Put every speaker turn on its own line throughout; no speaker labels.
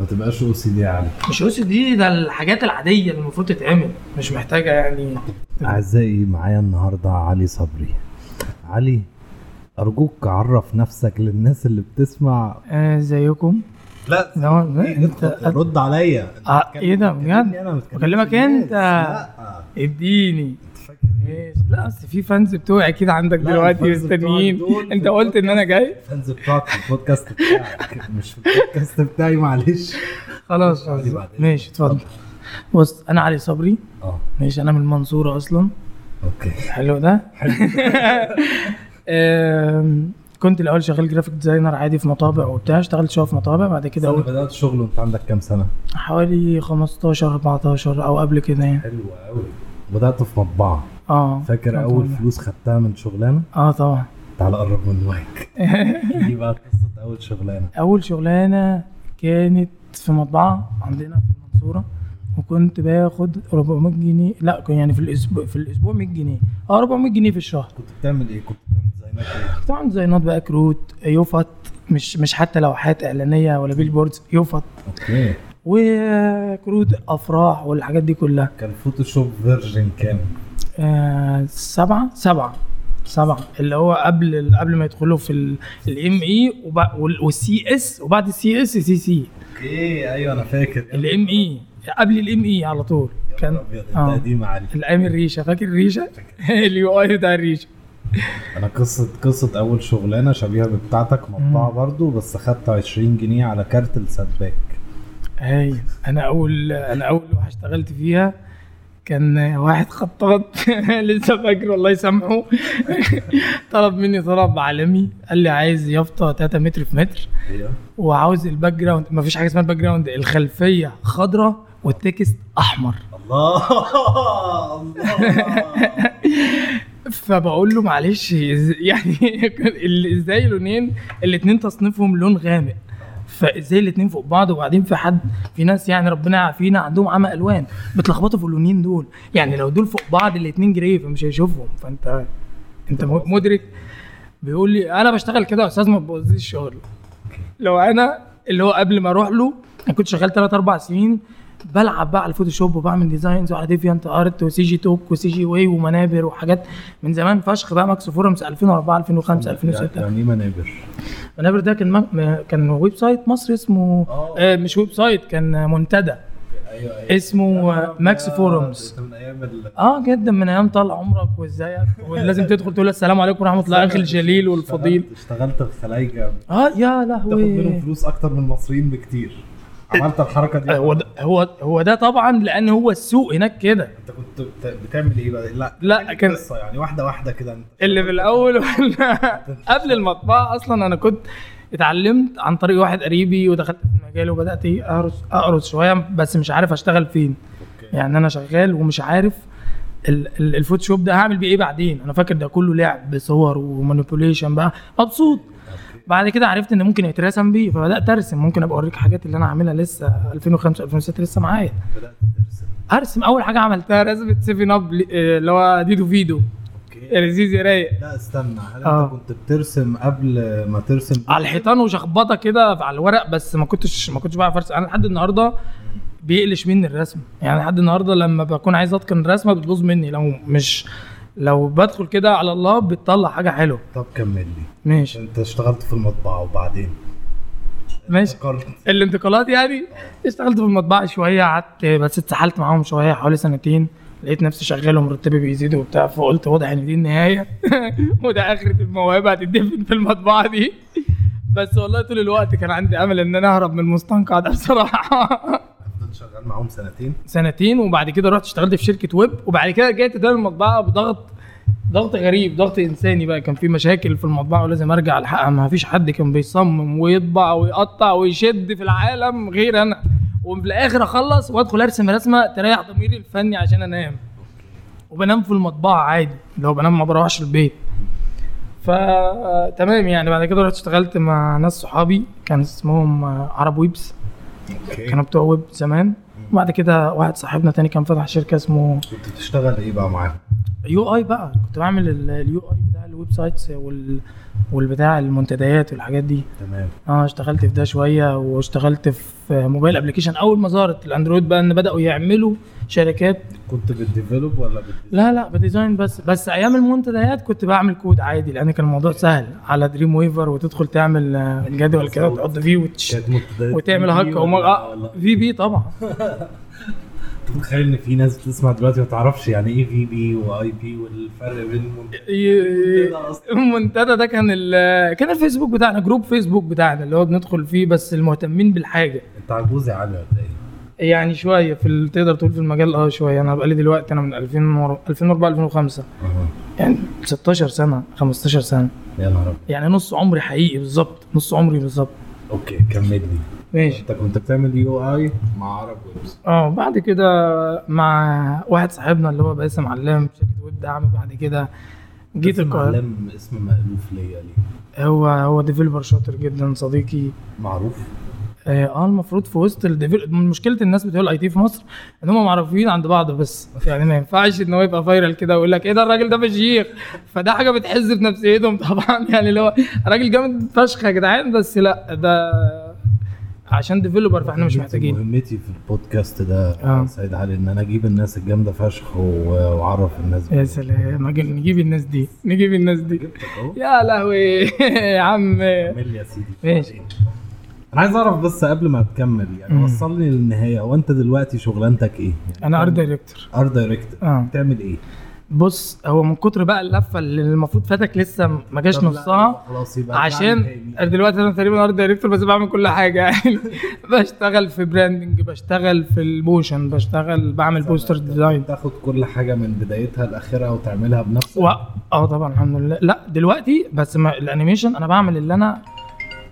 ما تبقاش او سي دي يعني
مش او سي دي ده الحاجات العاديه اللي المفروض تتعمل مش محتاجه يعني
اعزائي معايا النهارده علي صبري علي ارجوك عرف نفسك للناس اللي بتسمع
ازيكم
لا
آه، لا
إيه،
انت
ادخل، رد عليا أنت
آه،
بتكلم-
إيه ده،
بتكلمني
بجد؟
أنا، ما بتكلمش
بكلمك
الناس.
أنت.
لا
اديني
أنت فاكر إيه؟
ماشي لا اصل في فانز بتوعي اكيد عندك
لا،
دلوقتي
الفانز بتوعك
مستنيين
دول
انت
في
قلت ان انا جاي
الفانز بتوعك في البودكاست بتاعك مش في البودكاست بتاعي معلش
خلاص
عادي بعدين.
ماشي اتفضل بص انا علي صبري
اه
ماشي انا من المنصوره اصلا
اوكي
حلو ده آم، كنت الاول شغال جرافيك ديزاينر عادي في مطابع وبتاع اشتغلت شويه في مطابع بعد
كده
كده
بدات شغل وانت عندك كام سنه
حوالي 15 14 او قبل كده يعني
حلو قوي بدات في مطبعه
اه
فاكر
كنت
اول
عامل-
فلوس خدتها من شغلانه
اه طبعا
تعال قرب من المايك دي بقى قصه اول شغلانه
اول شغلانه كانت في مطبعه عندنا في المنصوره وكنت باخد 400 جنيه لا كان يعني في الاسبوع في الاسبوع 100 جنيه اه 400 جنيه في الشهر
كنت بتعمل ايه كنت بتعمل ديزاينات ايه
كنت بعمل ديزاينات بقى كروت يوفط مش مش حتى لوحات اعلانيه ولا بيلبوردز يوفط
اوكي
وكروت افراح والحاجات دي كلها
كان فوتوشوب فيرجن كام
آه سبعه سبعه سبعه اللي هو قبل قبل ما يدخلوا في الام اي والسي اس وبعد السي اس سي سي
اوكي ايوه انا فاكر
الام اي E قبل الام اي على طول
كان
كان
ابيض
آه.
انت قديم علي
الايام الريشه فاكر الريشه اليو اي بتاع الريشه
انا قصه قصه اول شغلانه شبيهه بتاعتك مطبعه برضو بس خدت 20 جنيه على كارت السباك
هاي انا اول انا اول لوحه اشتغلت فيها كان واحد خطاط لسه فاكره الله يسامحه طلب مني طلب عالمي قال لي عايز يافطه 3 متر في متر
ايوه
وعاوز الباك جراوند مفيش حاجه اسمها الباك جراوند الخلفيه خضراء والتكست احمر
الله الله
فبقول له معلش إز- يعني ال- ازاي لونين الاتنين تصنيفهم لون غامق فازاي الاتنين فوق بعض وبعدين في حد في ناس يعني ربنا يعافينا عندهم عمى الوان بتلخبطوا في اللونين دول يعني لو دول فوق بعض الاتنين جراي فمش هيشوفهم فانت انت م- مدرك بيقول لي انا بشتغل كده يا استاذ ما تبوظليش الشغل لو انا اللي هو قبل ما اروح له انا كنت شغال 3 4 سنين بلعب بقى على الفوتوشوب وبعمل ديزاينز وعلى ديفيانت ارت وسي جي توك وسي جي واي ومنابر وحاجات من زمان فشخ بقى ماكس فورمز 2004 2005 2006
يعني ايه منابر
منابر ده كان مك- م- كان ويب سايت مصري اسمه
آه.
آه مش ويب سايت كان منتدى
ايوه ايوه
اسمه آه، ماكس فورمز
من ايام ال
اه جدا من ايام طال عمرك وازيك ولازم تدخل تقول السلام عليكم ورحمه الله اخي الجليل والفضيل
اشتغلت في خلايجه
اه يا
تاخد منهم
لهوي
فلوس اكتر من المصريين بكتير عملت الحركه دي
آه، هو ده هو هو ده طبعا لان هو السوق هناك كده
انت كنت بت- بتعمل ايه بقى لا
لا،
احكي لي
كان-
قصه يعني واحده واحده كده انت
اللي في الاول وال- قبل المطبعه اصلا انا كنت اتعلمت عن طريق واحد قريبي ودخلت في المجال وبدات إيه اقرص اقرص شويه بس مش عارف اشتغل فين
أوكي.
يعني انا شغال ومش عارف ال- ال- الفوتوشوب ده هعمل بيه ايه بعدين انا فاكر ده كله لعب بصور ومانيبيوليشن بقى مبسوط بعد كده عرفت ان ممكن يترسم بيه فبدات ارسم ممكن ابقى اوريك حاجات اللي انا عاملها لسه 2005 2006 لسه معايا
بدات ترسم
ارسم اول حاجه عملتها رسمه سيفن اب ل- آه، اللي هو ديدو فيدو
اوكي
لذيذ يا رايق
لا استنى هل
آه.
انت كنت بترسم قبل ما ترسم
على الحيطان وشخبطه كده على الورق بس ما كنتش ما كنتش بعرف ارسم انا لحد النهارده بيقلش مني الرسم يعني لحد النهارده لما بكون عايز اتقن الرسمه بتبوظ مني لو مش لو بدخل كده على الله بتطلع حاجه حلوه
طب كمل لي
ماشي
انت اشتغلت في المطبعه وبعدين
ماشي
فكرت
الانتقالات يعني اشتغلت في المطبعه شويه قعدت بس اتسحلت معاهم شويه حوالي سنتين لقيت نفسي شغال ومرتبي بيزيد وبتاع فقلت واضح ان دي النهايه وده اخرة الموهبه هتدفن في المطبعه دي بس والله طول الوقت كان عندي امل ان انا اهرب من المستنقع ده بصراحه
فضلت شغال معاهم سنتين
سنتين وبعد كده رحت اشتغلت في شركه ويب وبعد كده رجعت تاني المطبعه بضغط ضغط غريب ضغط انساني بقى كان في مشاكل في المطبعه ولازم ارجع الحقها ما فيش حد كان بيصمم ويطبع ويقطع ويشد في العالم غير انا وفي الاخر اخلص وادخل ارسم رسمه تريح ضميري الفني عشان انام وبنام في المطبعه عادي لو بنام ما بروحش البيت فتمام يعني بعد كده رحت اشتغلت مع ناس صحابي كان اسمهم آه، عرب ويبس
اوكي
إيه. كانوا بتوع ويب زمان وبعد كده واحد صاحبنا تاني كان فتح شركه اسمه
كنت بتشتغل ايه بقى معاهم
يو اي بقى كنت بعمل اليو اي بتاع الويب سايتس وال والبتاع المنتديات والحاجات دي
تمام
اه اشتغلت في ده شويه واشتغلت في موبايل ابلكيشن اول ما ظهرت الاندرويد بقى ان بداوا يعملوا شركات
كنت بتديفلوب ولا بت...
لا لا بديزاين بس بس ايام المنتديات كنت بعمل كود عادي لان كان الموضوع سهل على دريم ويفر وتدخل تعمل آه، جدول كده وتحط فيه وتش...
كانت منتديات
وتعمل
VB
هاك وما
ولا-
آه،
ولا-
في بي طبعا
متخيل ان في ناس بتسمع دلوقتي ما تعرفش يعني ايه في بي واي بي والفرق بين
ي-
ده أصلاً.
المنتدى ده كان ال- كان الفيسبوك بتاعنا جروب فيسبوك بتاعنا اللي هو بندخل فيه بس المهتمين بالحاجه
انت عجوز يا علي ولا ايه؟
يعني شويه في ال- تقدر تقول في المجال اه شويه انا بقالي دلوقتي انا من 2000 2004 2005
أها.
يعني 16 سنه 15 سنه
يا نهار أبيض.
يعني نص عمري حقيقي بالظبط نص عمري بالظبط
اوكي كمل لي
ماشي
انت كنت بتعمل يو اي مع عرب ويبس
اه بعد كده مع واحد صاحبنا اللي هو باسم علام في شركه ويب دعم بعد كده جيت القاهره
معلم اسم مألوف ليا ليه؟
هو هو ديفيلوبر شاطر جدا صديقي
معروف
اه آه، المفروض في وسط الديفل... مشكله الناس بتوع الاي تي في مصر ان هم معروفين عند بعض بس يعني ما ينفعش ان هو يبقى فايرال كده ويقول لك ايه ده الراجل ده مشيخ فده حاجه بتحز في نفسيتهم طبعا يعني اللي هو راجل جامد فشخ يا جدعان بس لا ده عشان ديفيلوبر فاحنا مش
مهمتي-
محتاجين
مهمتي في البودكاست ده
آه.
آه. سيد علي ان انا اجيب الناس الجامده فشخ و- واعرف الناس
يا سلام نجيب الناس دي نجيب الناس دي
جبتك اهو
يا لهوي يا عم
كمل يا سيدي
ماشي.
انا عايز اعرف بس قبل ما تكمل يعني
مم.
وصلني للنهايه هو انت دلوقتي شغلانتك ايه؟ يعني
انا ارت دايركتور
ار دايركتور
اه
بتعمل ايه؟
بص هو من كتر بقى اللفه اللي المفروض فاتك لسه ما جاش
طب لا،
نصها
خلاص يبقى
عشان
تعمل تاني.
دلوقتي انا تقريبا ارت دايركتور بس بعمل كل حاجه يعني بشتغل في براندنج بشتغل في الموشن بشتغل بعمل بوستر ديزاين
تاخد كل حاجه من بدايتها لاخرها وتعملها بنفسك
و... اه طبعا الحمد لله لا دلوقتي بس ما... الانيميشن انا بعمل اللي انا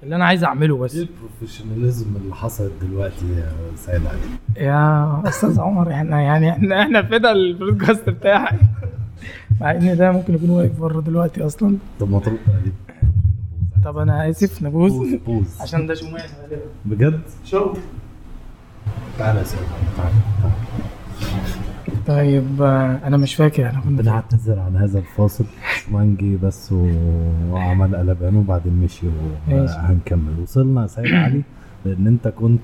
اللي انا عايز اعمله بس
ايه البروفيشناليزم اللي حصلت دلوقتي يا سيد علي؟
يا استاذ عمر احنا يعني احنا احنا فدا البودكاست بتاعك مع ان ده ممكن يكون واقف بره دلوقتي اصلا
طب ما ترد عليك.
طب انا اسف نبوز
بوز بوز
عشان ده شموع غالبا
بجد؟
شوف
تعالى يا سيد علي، تعالى تعالى.
طيب آه، انا مش فاكر انا كنت
بنعتذر عن هذا الفاصل عثمان جه بس و- وعمل قلبان وبعدين مشي
ماشي.
وهنكمل وصلنا يا سيد علي لان انت كنت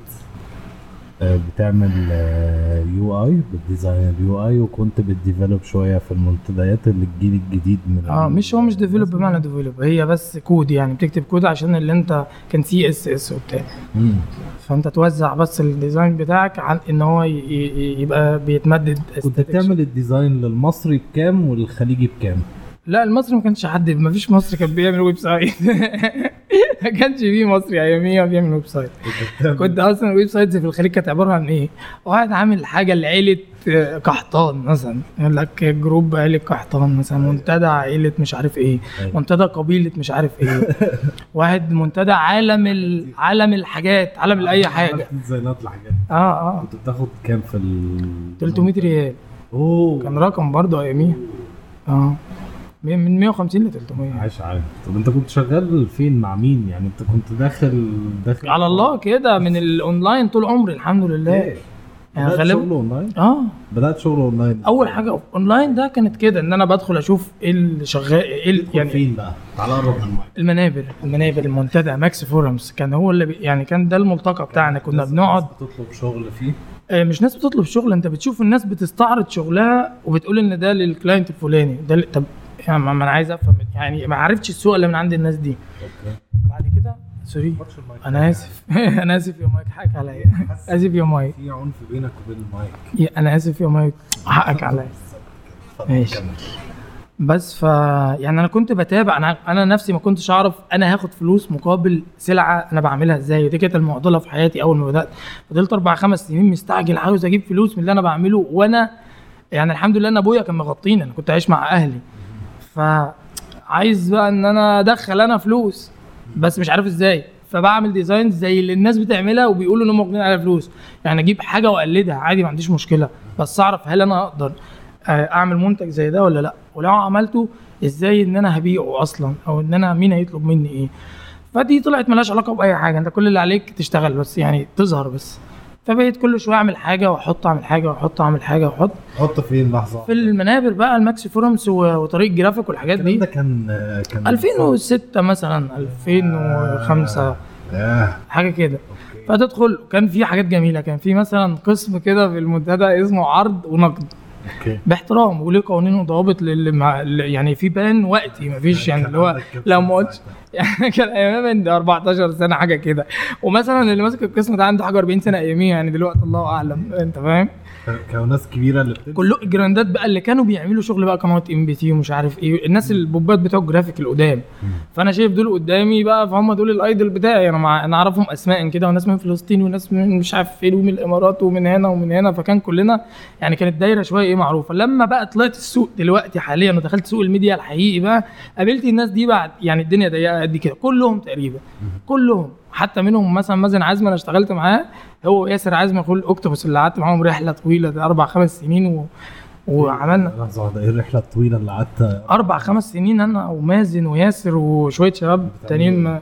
آه، بتعمل آه، يو اي بالديزاين اليو اي وكنت بتديفلوب شويه في المنتديات اللي الجيل الجديد من
اه مش هو مش ديفلوب بمعنى ديفلوب هي بس كود يعني بتكتب كود عشان اللي انت كان سي اس اس وبتاع
مم.
فانت توزع بس الديزاين بتاعك عن ان هو ي- ي- يبقى بيتمدد
كنت
aesthetics.
بتعمل الديزاين للمصري بكام والخليجي بكام؟
لا المصري ما كانش حد ما فيش مصري كان بيعمل ويب سايت ما كانش فيه مصري اياميها بيعمل ويب سايت كنت اصلا الويب سايتس في الخليج كانت عباره عن ايه؟ واحد عامل حاجه لعيله آه، قحطان مثلا يقول لك جروب عيله قحطان مثلا منتدى عيله مش عارف ايه
أيوة.
منتدى قبيله مش عارف ايه واحد منتدى عالم ال... عالم الحاجات عالم لاي حاجه
عملت ديزاينات لحاجات
اه اه
كنت بتاخد كام في ال
300 ريال
اوه
كان رقم برضه اياميها اه من من 150 ل 300
عاش عارف طب انت كنت شغال فين مع مين يعني انت كنت داخل داخل
على الله كده من الاونلاين طول عمري الحمد لله
ايه
يعني
بدات
غالبا
شغل اونلاين
اه
بدات شغل اونلاين
اول حاجه اونلاين ده كانت كده ان انا بدخل اشوف ايه اللي شغال ايه اللي-
يعني
يعني
فين بقى تعال قرب من المايك
المنابر المنابر المنتدى ماكس فورمز كان هو اللي بي يعني كان ده الملتقى بتاعنا كنا
الناس-
بنقعد
الناس بتطلب شغل فيه
آه، مش ناس بتطلب شغل انت بتشوف الناس بتستعرض شغلها وبتقول ان ده للكلاينت الفلاني ده ل- طب يعني ما ما انا عايز افهم يعني ما عرفتش السوق اللي من عند الناس دي
اوكي
بعد كده سوري
ماتش المايك
انا اسف انا اسف يا مايك حقك عليا اسف يا مايك
في عنف بينك وبين المايك
يا- انا اسف يا مايك حقك عليا
اتفضل،
ماشي.
كمل.
بس ف يعني انا كنت بتابع انا انا نفسي ما كنتش اعرف انا هاخد فلوس مقابل سلعه انا بعملها ازاي ودي كانت المعضله في حياتي اول ما بدات فضلت اربع خمس سنين مستعجل عاوز اجيب فلوس من اللي انا بعمله وانا يعني الحمد لله ان ابويا كان مغطيني انا كنت عايش مع اهلي فعايز بقى ان انا ادخل انا فلوس بس مش عارف ازاي فبعمل ديزاينز زي اللي الناس بتعملها وبيقولوا انهم واخدين على فلوس يعني اجيب حاجه واقلدها عادي ما عنديش مشكله بس اعرف هل انا اقدر آه، اعمل منتج زي ده ولا لا ولو عملته ازاي ان انا هبيعه اصلا او ان انا مين هيطلب مني إيه؟ ايه فدي طلعت ملهاش علاقه باي حاجه انت كل اللي عليك تشتغل بس يعني تظهر بس فبقيت كل شويه اعمل حاجه واحط اعمل حاجه واحط اعمل حاجه واحط
حط فين لحظه
في المنابر بقى الماكس فورمس و- وطريق جرافيك والحاجات
الكلام
دي
ده كان آه، كان
2006 مثلا 2005
آه،
حاجه كده
أوكي.
فتدخل كان في حاجات جميله كان في مثلا قسم كده في المنتدى اسمه عرض ونقد
اوكي
باحترام وليه قوانين وضوابط للي مع اللي- يعني في بان وقتي مفيش يعني اللي هو لو ما قلتش يعني كان ايامها من 14 سنه حاجه كده ومثلا اللي ماسك القسم ده عنده حاجه 40 سنه اياميها يعني دلوقتي الله اعلم انت فاهم
كان- كانوا ناس كبيره اللي بتبدا
كله الجراندات بقى اللي كانوا بيعملوا شغل بقى قنوات ام بي تي ومش عارف ايه الناس البوبات بتوع الجرافيك القدام فانا شايف دول قدامي بقى فهم دول الايدل بتاعي انا مع... انا اعرفهم اسماء كده وناس من فلسطين وناس من مش عارف فين ومن الامارات ومن هنا ومن هنا فكان كلنا يعني كانت دايره شويه ايه معروفه لما بقى طلعت السوق دلوقتي حاليا ودخلت سوق الميديا الحقيقي بقى قابلت الناس دي بعد يعني الدنيا ضيقه قد كده كلهم تقريبا كلهم حتى منهم مثلا مازن عزمي انا اشتغلت معاه هو ياسر عزمي اخو الاوكتوبس اللي قعدت معاهم رحله طويله ده اربع خمس سنين و... وعملنا
لحظه واحده ايه الرحله الطويله اللي قعدت
اربع خمس سنين انا ومازن وياسر وشويه شباب تانيين آه،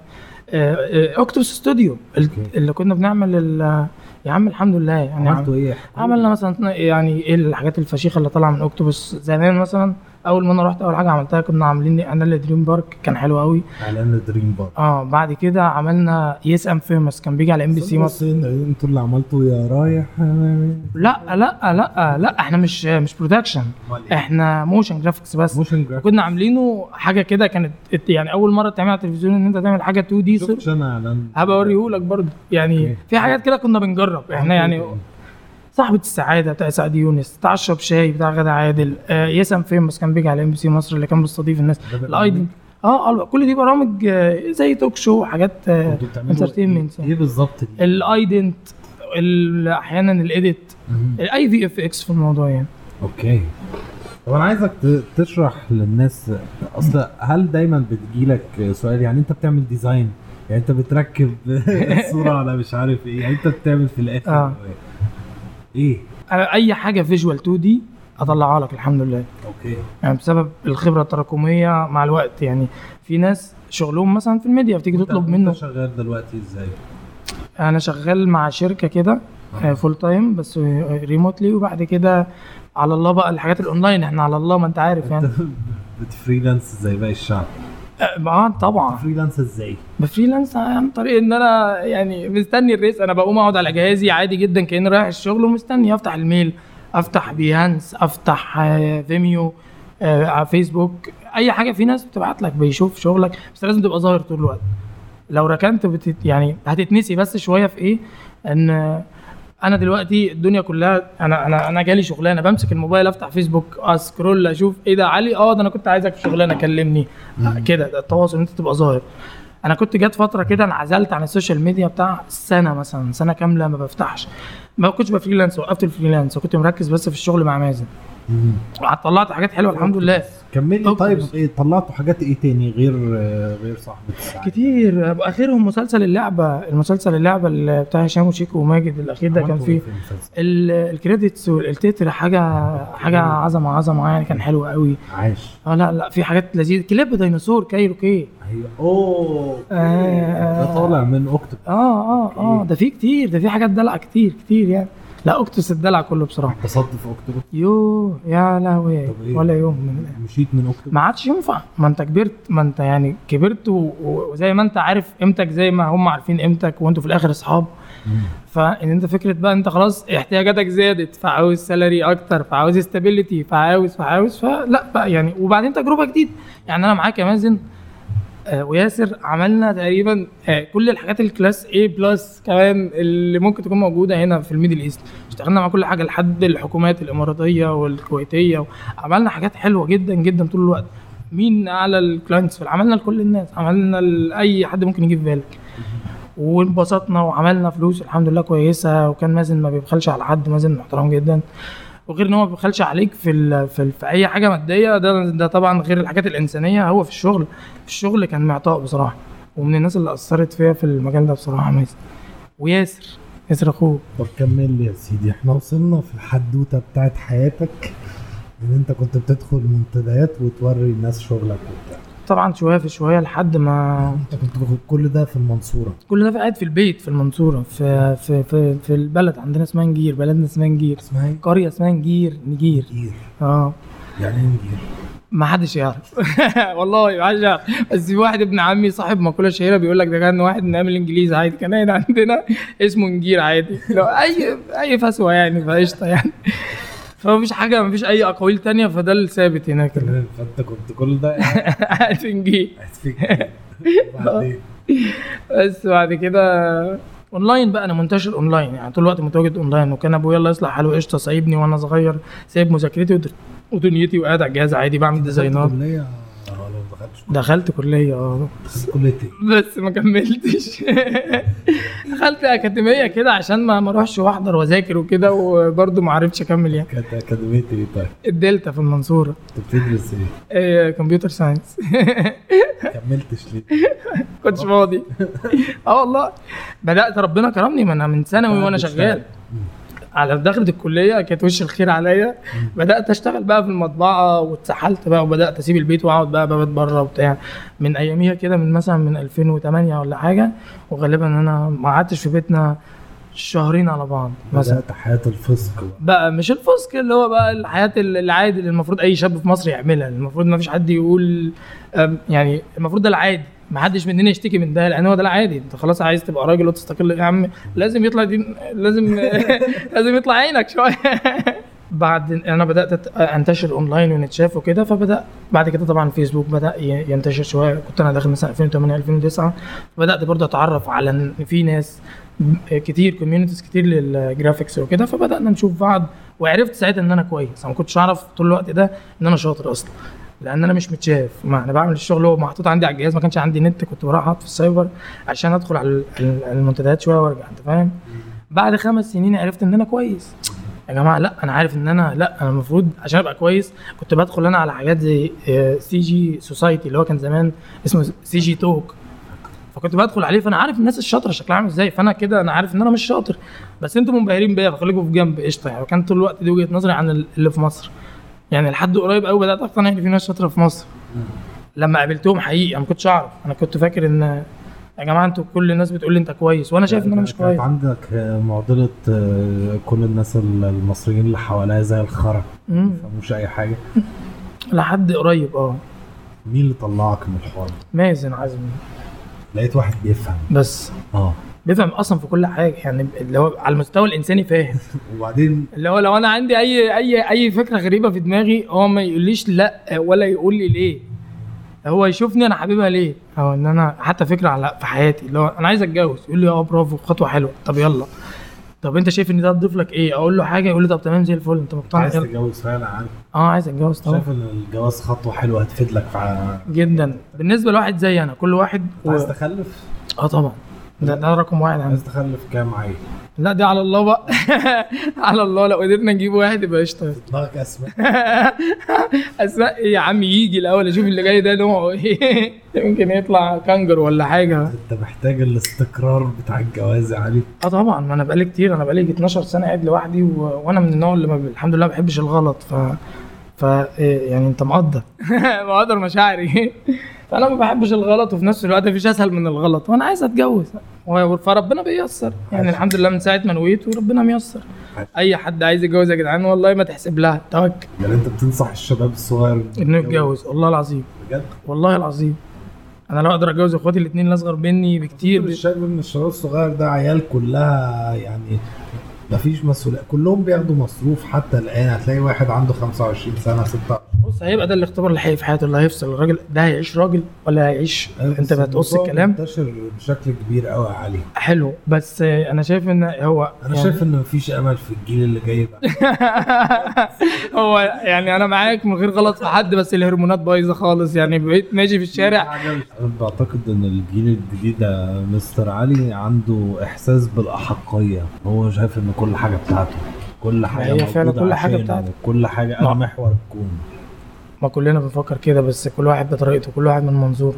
آه، اوكتوبس استوديو ال-
أوكي.
اللي كنا بنعمل ال- يا عم الحمد لله يعني عم-
عملتوا ايه؟
عملنا مثلا يعني ايه الحاجات الفشيخه اللي طالعه من اوكتوبس زمان مثلا اول ما انا رحت اول حاجه عملتها كنا عاملين انا دريم بارك كان حلو قوي
اعلان دريم بار
اه بعد كده عملنا يس ام فيمس كان بيجي على ام بي سي مصر
انتوا اللي عملتوا إيه؟ يا رايح
لا لا لا لا احنا مش مش برودكشن احنا موشن جرافيكس بس
موشن جرافيك
كنا عاملينه حاجه كده كانت يعني اول مره تعمل على التلفزيون ان انت تعمل حاجه 2 دي صرف
شفتش انا اعلان
هبقى اوريهولك برضه يعني
أوكي.
في حاجات كده كنا بنجرب احنا يعني صاحبة السعادة بتاع سعد يونس بتاع اشرب شاي بتاع غدا عادل آه يسام فيمس كان بيجي على ام بي سي مصر اللي كان بيستضيف الناس
ده بقى
الايدن اه آه، كل دي برامج آه زي توك شو حاجات آه
انتوا بتعملوا
انترتينمنت
ايه إيه بالظبط دي؟
الايدنت ال- احيانا الايديت
مهم.
الاي في اف اكس في الموضوع يعني
اوكي طب انا عايزك ت- تشرح للناس اصل هل دايما بتجيلك سؤال يعني انت بتعمل ديزاين يعني انت بتركب الصوره على مش عارف ايه يعني انت بتعمل في الاخر
آه.
ايه
أنا اي حاجه فيجوال 2 دي اطلعها لك الحمد لله
اوكي
يعني بسبب الخبره التراكميه مع الوقت يعني في ناس شغلهم مثلا في الميديا بتيجي تطلب
أنت-
منه
انت شغال دلوقتي ازاي
انا شغال مع شركه كده فول تايم بس ريموتلي وبعد كده على الله بقى الحاجات الاونلاين احنا على الله ما انت عارف يعني
انت بتفريلانس زي باقي الشعب
آه، اه طبعا
فريلانس ازاي
بفريلانس يعني، عن طريق ان انا يعني مستني الريس انا بقوم اقعد على جهازي عادي جدا كاني رايح الشغل ومستني افتح الميل افتح بيهانس افتح آه، فيميو آه، على فيسبوك اي حاجه في ناس بتبعت لك بيشوف شغلك بس لازم تبقى ظاهر طول الوقت لو ركنت بتت يعني هتتنسي بس شويه في ايه ان آه، انا دلوقتي الدنيا كلها انا انا انا جالي شغلانه بمسك الموبايل افتح فيسبوك اسكرول اشوف ايه ده علي اه ده انا كنت عايزك في شغلانه كلمني آه، كده ده التواصل إن انت تبقى ظاهر انا كنت جت فتره كده انعزلت عن السوشيال ميديا بتاع سنه مثلا سنه كامله ما بفتحش ما كنتش بفريلانس وقفت الفريلانس وكنت مركز بس في الشغل مع مازن
مم.
طلعت حاجات حلوه الحمد لله
كملي
أوكي.
طيب ايه طلعتوا حاجات ايه تاني غير آه، غير صاحبة الساعة
كتير اخرهم مسلسل اللعبه المسلسل اللعبه اللي بتاع هشام وشيكو وماجد الاخير ده كان
عملتوا
فيه
إيه في المسلسل؟
ال- الكريدتس والتتر حاجه حاجه عظمه عظمه يعني كان حلو قوي
عاش
اه لا لا في حاجات لذيذه كليب ديناصور كايروكي
هي اوه
آه.
ده طالع من اكتوبر
اه اه اه ده في كتير ده في حاجات دلع كتير كتير يعني لا اكتس الدلع كله بصراحه
تصدي في اكتوبر
يوه يا لهوي
طب إيه؟
ولا يوم من الأيام.
مشيت من اكتوبر
ما عادش ينفع ما انت كبرت ما انت يعني كبرت و- و- وزي ما انت عارف قيمتك زي ما هم عارفين قيمتك وانتوا في الاخر اصحاب فان انت فكره بقى انت خلاص احتياجاتك زادت فعاوز سالري اكتر فعاوز استابيليتي فعاوز فعاوز فلا بقى يعني وبعدين تجربه جديده يعني انا معاك يا مازن آه، وياسر عملنا تقريبا آه، كل الحاجات الكلاس A بلس كمان اللي ممكن تكون موجوده هنا في الميدل ايست اشتغلنا مع كل حاجه لحد الحكومات الاماراتيه والكويتيه عملنا حاجات حلوه جدا جدا طول الوقت مين اعلى الكلاينتس عملنا لكل الناس عملنا لاي حد ممكن يجي في بالك وانبسطنا وعملنا فلوس الحمد لله كويسه وكان مازن ما بيبخلش على حد مازن محترم جدا وغير ان هو ما بيبخلش عليك في ال في, ال في اي حاجه ماديه ده ده طبعا غير الحاجات الانسانيه هو في الشغل في الشغل كان معطاء بصراحه ومن الناس اللي اثرت فيا في المجال ده بصراحه مازن وياسر ياسر اخوه
طب كمل لي يا سيدي احنا وصلنا في الحدوته بتاعت حياتك ان انت كنت بتدخل منتديات وتوري الناس شغلك وبتاع
طبعا شويه في شويه لحد ما
انت كنت باخد كل ده في المنصوره
كل ده قاعد في البيت في المنصوره في في في, في البلد عندنا اسمها نجير بلدنا اسمها نجير
اسمها ايه؟
قريه اسمها نجير نجير
نجير
اه
يعني ايه نجير؟
ما حدش يعرف والله ما حدش يعرف بس في واحد ابن عمي صاحب مقوله شهيره بيقول لك ده كان واحد من عامل انجليزي عادي كان قاعد عندنا اسمه نجير عادي لو اي اي فسوه يعني فقشطه يعني فمفيش حاجه مفيش اي اقاويل تانية فده اللي ثابت هناك
فانت كنت كل ده قاعد
قاعد في نجير
فيك وبعدين
اه، بس بعد كده اونلاين بقى انا منتشر اونلاين يعني طول الوقت متواجد اونلاين وكان ابويا الله يصلح حاله قشطه سايبني وانا صغير سايب مذاكرتي ودر- ودنيتي وقاعد على الجهاز عادي بعمل ديزاينات
دخلت كليه اه ولا ما دخلتش
دخلت كليه اه
دخلت كليه ايه؟
بس ما كملتش دخلت اكاديميه كده عشان ما ما اروحش واحضر واذاكر وكده وبرضه ما عرفتش اكمل يعني
كانت اكاديميه ايه طيب؟
الدلتا في المنصوره
انت بتدرس ايه؟
إيه، كمبيوتر ساينس
كملتش ليه؟
كنتش فاضي اه والله بدات ربنا كرمني ما انا من ثانوي وانا
بتشتغل.
شغال على دخلة الكلية كانت وش الخير عليا بدأت أشتغل بقى في المطبعة واتسحلت بقى وبدأت أسيب البيت وأقعد بقى ببات بره وبتاع من أياميها كده من مثلا من 2008 ولا حاجة وغالبا أنا ما قعدتش في بيتنا شهرين على بعض مثلا
بدات حياه الفسق بقى.
بقى مش الفسق اللي هو بقى الحياة ال- العادي اللي المفروض أي شاب في مصر يعملها المفروض ما فيش حد يقول أم، يعني المفروض ده العادي ما حدش مننا يشتكي من ده لان هو ده العادي انت خلاص عايز تبقى راجل وتستقل يا عم لازم يطلع دين لازم لازم يطلع عينك شويه بعد انا بدات أت- انتشر اونلاين ونتشاف وكده فبدا بعد كده طبعا فيسبوك بدا ي- ينتشر شويه كنت انا داخل مثلا 2008 2009 بدات برضه اتعرف على ان في ناس ب- كتير كوميونيتيز كتير للجرافيكس وكده فبدانا نشوف بعض وعرفت ساعتها ان انا كويس انا ما كنتش اعرف طول الوقت ده ان انا شاطر اصلا لان انا مش متشاف ما انا بعمل الشغل هو محطوط عندي على الجهاز ما كانش عندي نت كنت بروح اقعد في السايبر عشان ادخل على ال- ال- المنتديات شويه وارجع انت فاهم بعد خمس سنين عرفت ان انا كويس يا جماعه لا انا عارف ان انا لا انا المفروض عشان ابقى كويس كنت بدخل انا على حاجات زي آه، سي جي سوسايتي اللي هو كان زمان اسمه سي جي توك فكنت بدخل عليه فانا عارف الناس الشاطره شكلها عامل ازاي فانا كده انا عارف ان انا مش شاطر بس انتوا منبهرين بيا فخليكم في جنب قشطه يعني كان طول الوقت دي وجهه نظري عن اللي في مصر يعني لحد قريب قوي بدات اقتنع ان في ناس شاطره في مصر لما قابلتهم حقيقي انا ما كنتش اعرف انا كنت فاكر ان يا جماعه انتوا كل الناس بتقول لي انت كويس وانا شايف ان انا مش
كانت
كويس
عندك معضله آه، كل الناس المصريين اللي حواليها زي الخرا
مم.
ما فهموش اي حاجه
لحد قريب اه
مين اللي طلعك من الحوار ده؟
مازن عزمي
لقيت واحد بيفهم
بس
اه
بيفهم اصلا في كل حاجه يعني اللي هو على المستوى الانساني فاهم
وبعدين
اللي هو لو انا عندي اي اي اي فكره غريبه في دماغي هو ما يقوليش لا ولا يقول لي ليه هو يشوفني انا حبيبها ليه او ان انا حتى فكره على في حياتي اللي هو انا عايز اتجوز يقول لي اه برافو خطوه حلوه طب يلا طب انت شايف ان ده هتضيف لك ايه اقول له حاجه يقول لي طب تمام زي الفل انت مقتنع
عايز
يلا.
تتجوز فعلا عارف
اه عايز اتجوز طبعا
شايف ان الجواز خطوه حلوه هتفيد لك في ع-
جدا بالنسبه لواحد زي انا كل واحد
انت عايز تخلف
اه طبعا ده, ده رقم واحد عندي
عايز تخلف كام عيل
لا دي على الله بقى على الله لو قدرنا نجيب واحد يبقى قشطه
دماغك اسمع
اسماء إيه يا عم يجي الاول اشوف اللي جاي ده نوعه ايه يمكن يطلع كانجر ولا حاجه
انت محتاج الاستقرار بتاع الجواز يا علي
اه طبعا ما انا بقالي كتير انا بقالي 12 سنه قاعد لوحدي و... وانا من النوع اللي ما ب... الحمد لله ما بحبش الغلط ف ف إيه يعني انت مقدر مقدر مشاعري فانا ما بحبش الغلط وفي نفس الوقت مفيش اسهل من الغلط وانا عايز اتجوز و- فربنا بيسر يعني الحمد لله من ساعه ما نويت وربنا ميسر اي حد عايز يتجوز يا جدعان والله ما تحسب لها توكل
يعني انت بتنصح الشباب الصغير
انه يتجوز والله العظيم
بجد
والله العظيم انا لو اقدر اتجوز اخواتي الاثنين اللي اصغر مني بكتير
مش شايف ان الشباب الصغير ده عيال كلها يعني مفيش مسؤوليه كلهم بياخدوا مصروف حتى الان هتلاقي واحد عنده 25 سنه 6
بص هيبقى ده الاختبار الحقيقي في حياته اللي هيفصل الراجل ده هيعيش راجل ولا هيعيش انت بتقص الكلام
منتشر بشكل كبير قوي يا علي
حلو بس آه، انا شايف ان هو
انا شايف ان مفيش امل في الجيل اللي جاي ده
هو يعني انا معاك من غير غلط في حد بس الهرمونات بايظه خالص يعني بقيت ماشي في الشارع
انا بعتقد ان الجيل الجديد ده مستر علي عنده احساس بالاحقيه هو شايف ان كل حاجه بتاعته كل حاجه
هي فعلا
موجودة
كل حاجة
عشانه،
بتاعته.
كل حاجه انا
نعم.
محور الكون
ما كلنا بنفكر كده بس كل واحد بطريقته كل واحد من منظوره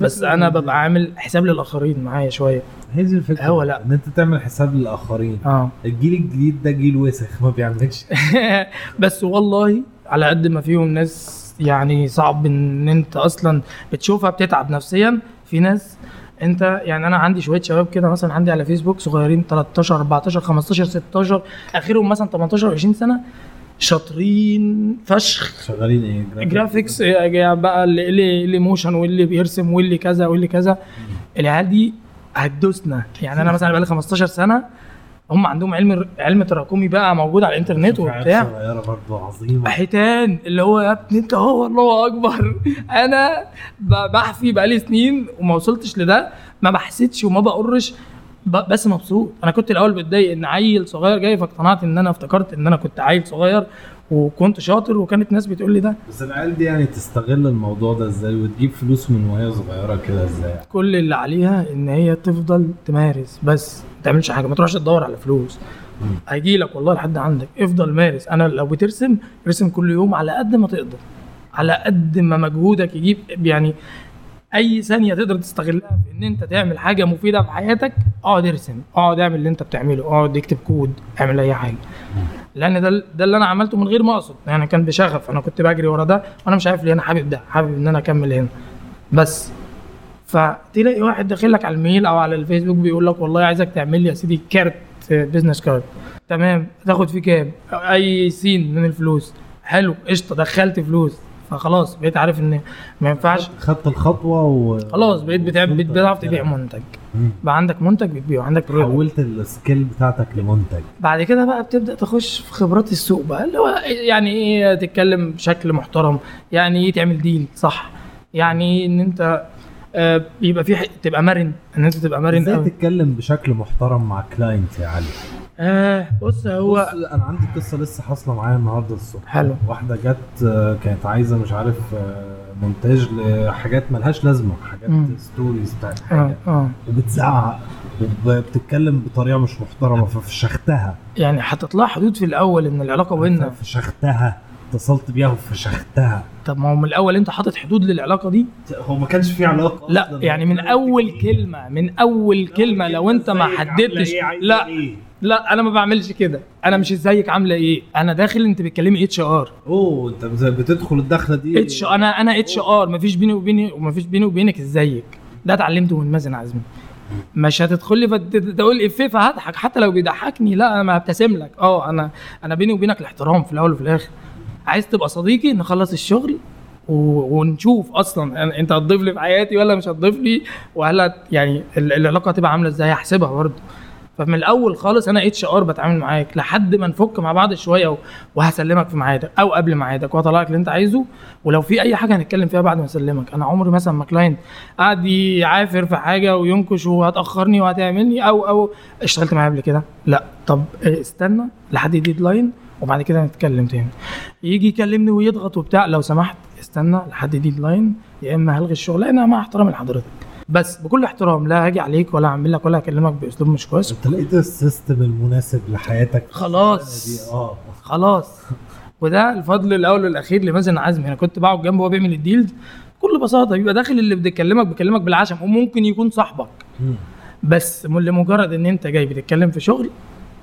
بس انا ببقى عامل حساب للاخرين معايا شويه
هي دي الفكره
هو لا.
ان انت تعمل حساب للاخرين
اه
الجيل الجديد ده جيل وسخ ما بيعملش
بس والله على قد ما فيهم ناس يعني صعب ان انت اصلا بتشوفها بتتعب نفسيا في ناس انت يعني انا عندي شويه شباب كده مثلا عندي على فيسبوك صغيرين 13 14 15 16 اخرهم مثلا 18 20 سنه شاطرين فشخ
شغالين ايه
جرافيكس يعني بقى اللي اللي اللي موشن واللي بيرسم واللي كذا واللي كذا العيال دي هتدوسنا يعني انا مثلا بقالي 15 سنه هم عندهم علم علم تراكمي بقى موجود على الانترنت وبتاع
صغيره برضه عظيمه
حيتان اللي هو يا ابني انت هو الله اكبر انا ب- بحفي بقالي سنين وما وصلتش لده ما بحسدش وما بقرش ب- بس مبسوط انا كنت الاول بتضايق ان عيل صغير جاي فاقتنعت ان انا افتكرت ان انا كنت عيل صغير وكنت شاطر وكانت ناس بتقول لي ده
بس العيال دي يعني تستغل الموضوع ده ازاي وتجيب فلوس من وهي صغيره كده ازاي
كل اللي عليها ان هي تفضل تمارس بس ما تعملش حاجه ما تروحش تدور على فلوس هيجي لك والله لحد عندك افضل مارس انا لو بترسم ارسم كل يوم على قد ما تقدر على قد ما مجهودك يجيب يعني اي ثانيه تقدر تستغلها في ان انت تعمل حاجه مفيده في حياتك اقعد ارسم اقعد اعمل اللي انت بتعمله اقعد اكتب كود اعمل اي حاجه لان ده ده اللي انا عملته من غير ما اقصد يعني كان بشغف انا كنت بجري ورا ده وانا مش عارف ليه انا حابب ده حابب ان انا اكمل هنا بس فتلاقي واحد داخل لك على الميل او على الفيسبوك بيقول لك والله عايزك تعمل لي يا سيدي كارت بزنس كارد تمام تاخد فيه كام اي سين من الفلوس حلو قشطه دخلت فلوس فخلاص بقيت عارف ان ما ينفعش
خدت الخطوه و
خلاص بقيت بتعب بقيت بتعرف تبيع منتج
مم.
بقى عندك منتج بتبيعه عندك product.
حولت السكيل بتاعتك لمنتج
بعد كده بقى بتبدا تخش في خبرات السوق بقى اللي هو يعني ايه تتكلم بشكل محترم يعني ايه تعمل ديل صح يعني إيه ان انت آه، بيبقى في حق- تبقى مرن ان انت تبقى مرن
ازاي
قوي
تتكلم بشكل محترم مع كلاينت يا علي
آه بص
هو
هو
انا عندي قصه لسه حاصله معايا النهارده الصبح
حلو.
واحده جت آه، كانت عايزه مش عارف آه، مونتاج لحاجات ملهاش لازمه
مم.
حاجات ستوريز بتاعت
اه
حاجه
اه
وبتزعق وبتتكلم بطريقه مش محترمه ففشختها
يعني هتطلع حدود في الاول ان العلاقه بيننا
فشختها اتصلت بيها وفشختها
طب ما هو من الاول انت حاطط حدود للعلاقه دي
هو ما كانش في علاقه
لا يعني من اول كلمه من اول كلمه لو انت ما حددتش
إيه؟
لا لا انا ما بعملش كده انا مش ازيك عامله ايه انا داخل انت بتكلمي اتش ار
اوه انت بت- بتدخل الدخله دي
اتش انا انا اتش ار مفيش بيني وبيني ومفيش بيني وبينك ازيك ده اتعلمته من مازن عزمي مش هتدخل لي فت- تقول افيه فهضحك حتى لو بيضحكني لا انا ما هبتسم لك اه انا انا بيني وبينك الاحترام في الاول وفي الاخر عايز تبقى صديقي نخلص الشغل و... ونشوف اصلا أنا- انت هتضيف لي في حياتي ولا مش هتضيف لي وهل هت- يعني ال- العلاقه هتبقى عامله ازاي هحسبها برضه فمن الاول خالص انا اتش ار بتعامل معاك لحد ما نفك مع بعض شويه و- وهسلمك في ميعادك او قبل ميعادك وهطلعك اللي انت عايزه ولو في اي حاجه هنتكلم فيها بعد ما اسلمك انا عمري مثلا ما كلاينت قعد يعافر في حاجه وينكش وهتاخرني وهتعملني او او اشتغلت معاه قبل كده لا طب استنى لحد ديدلاين وبعد كده نتكلم تاني يجي يكلمني ويضغط وبتاع لو سمحت استنى لحد ديدلاين يا اما هلغي الشغلانه مع احترامي لحضرتك بس بكل احترام لا هاجي عليك ولا اعمل لك ولا اكلمك باسلوب مش كويس
انت لقيت السيستم المناسب لحياتك
خلاص.
دي اه
خلاص وده الفضل الاول والاخير لمازن عزمي انا كنت بقعد جنبه وهو بيعمل الديلز بكل بساطه بيبقى داخل اللي بيكلمك بيكلمك بالعشم وممكن يكون صاحبك
مم.
بس م- لمجرد ان انت جاي بتتكلم في شغل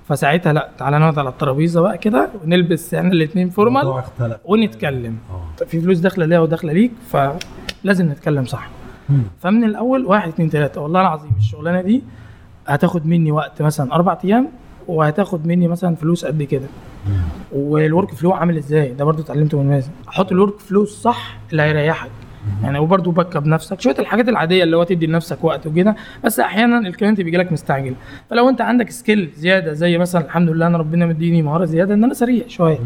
فساعتها لا تعالى نقعد على الترابيزه بقى كده ونلبس احنا الاثنين
الموضوع
فورمال
اختلف
ونتكلم
اه
طب في فلوس داخله ليا وداخله ليك فلازم نتكلم صح
مم.
فمن الاول واحد اتنين تلاته والله العظيم الشغلانه دي هتاخد مني وقت مثلا اربع ايام وهتاخد مني مثلا فلوس قد كده والورك فلو عامل ازاي ده برضو اتعلمته من مازن حط الورك فلو الصح اللي هيريحك يعني وبرضه باك اب نفسك شويه الحاجات العاديه اللي هو تدي لنفسك وقت وكده بس احيانا الكلاينت بيجي لك مستعجل فلو انت عندك سكيل زياده زي مثلا الحمد لله انا ربنا مديني مهاره زياده ان انا سريع شويه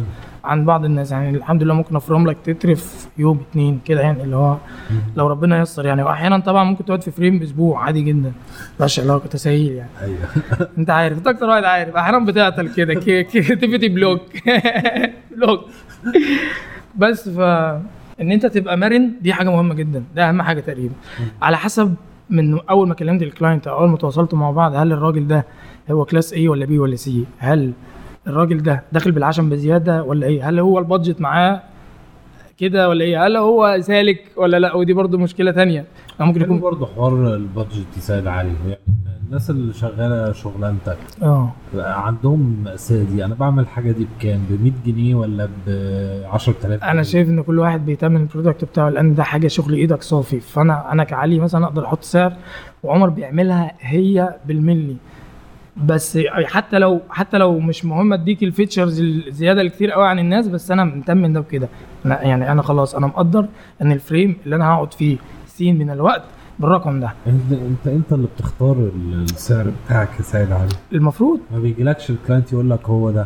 عن بعض الناس يعني الحمد لله ممكن افرم لك تتر في يوم اتنين كده يعني اللي هو لو ربنا ييسر يعني واحيانا طبعا ممكن تقعد في فريم باسبوع عادي جدا مش علاقه تسهيل يعني
ايوه
انت عارف انت اكتر واحد عارف احيانا بتعطل كده كريتيفيتي بلوك بلوك بس ف ان انت تبقى مرن دي حاجه مهمه جدا ده اهم حاجه تقريبا على حسب من اول ما كلمت الكلاينت او اول ما تواصلتوا مع بعض هل الراجل ده هو كلاس ايه ولا بي ولا سي هل الراجل ده داخل بالعشم بزياده ولا ايه هل هو البادجت معاه كده ولا ايه هل هو سالك ولا لا ودي برضو مشكله تانية أو ممكن
حلو
يكون
برضه حوار البادجت يساعد عليه يعني الناس اللي شغاله شغلانتك
اه
عندهم المأساة دي انا بعمل الحاجه دي بكام ب 100 جنيه ولا ب 10000
انا شايف ان كل واحد بيتمن البرودكت بتاعه لان ده حاجه شغل ايدك صافي فانا انا كعلي مثلا اقدر احط سعر وعمر بيعملها هي بالملي بس حتى لو حتى لو مش مهم اديك الفيتشرز الزياده الكتير قوي عن الناس بس انا متمن ده وكده أنا يعني انا خلاص انا مقدر ان الفريم اللي انا هقعد فيه سين من الوقت بالرقم ده
انت انت انت اللي بتختار ال- السعر بتاعك يا سيد علي
المفروض
ما بيجيلكش الكلاينت يقول لك هو ده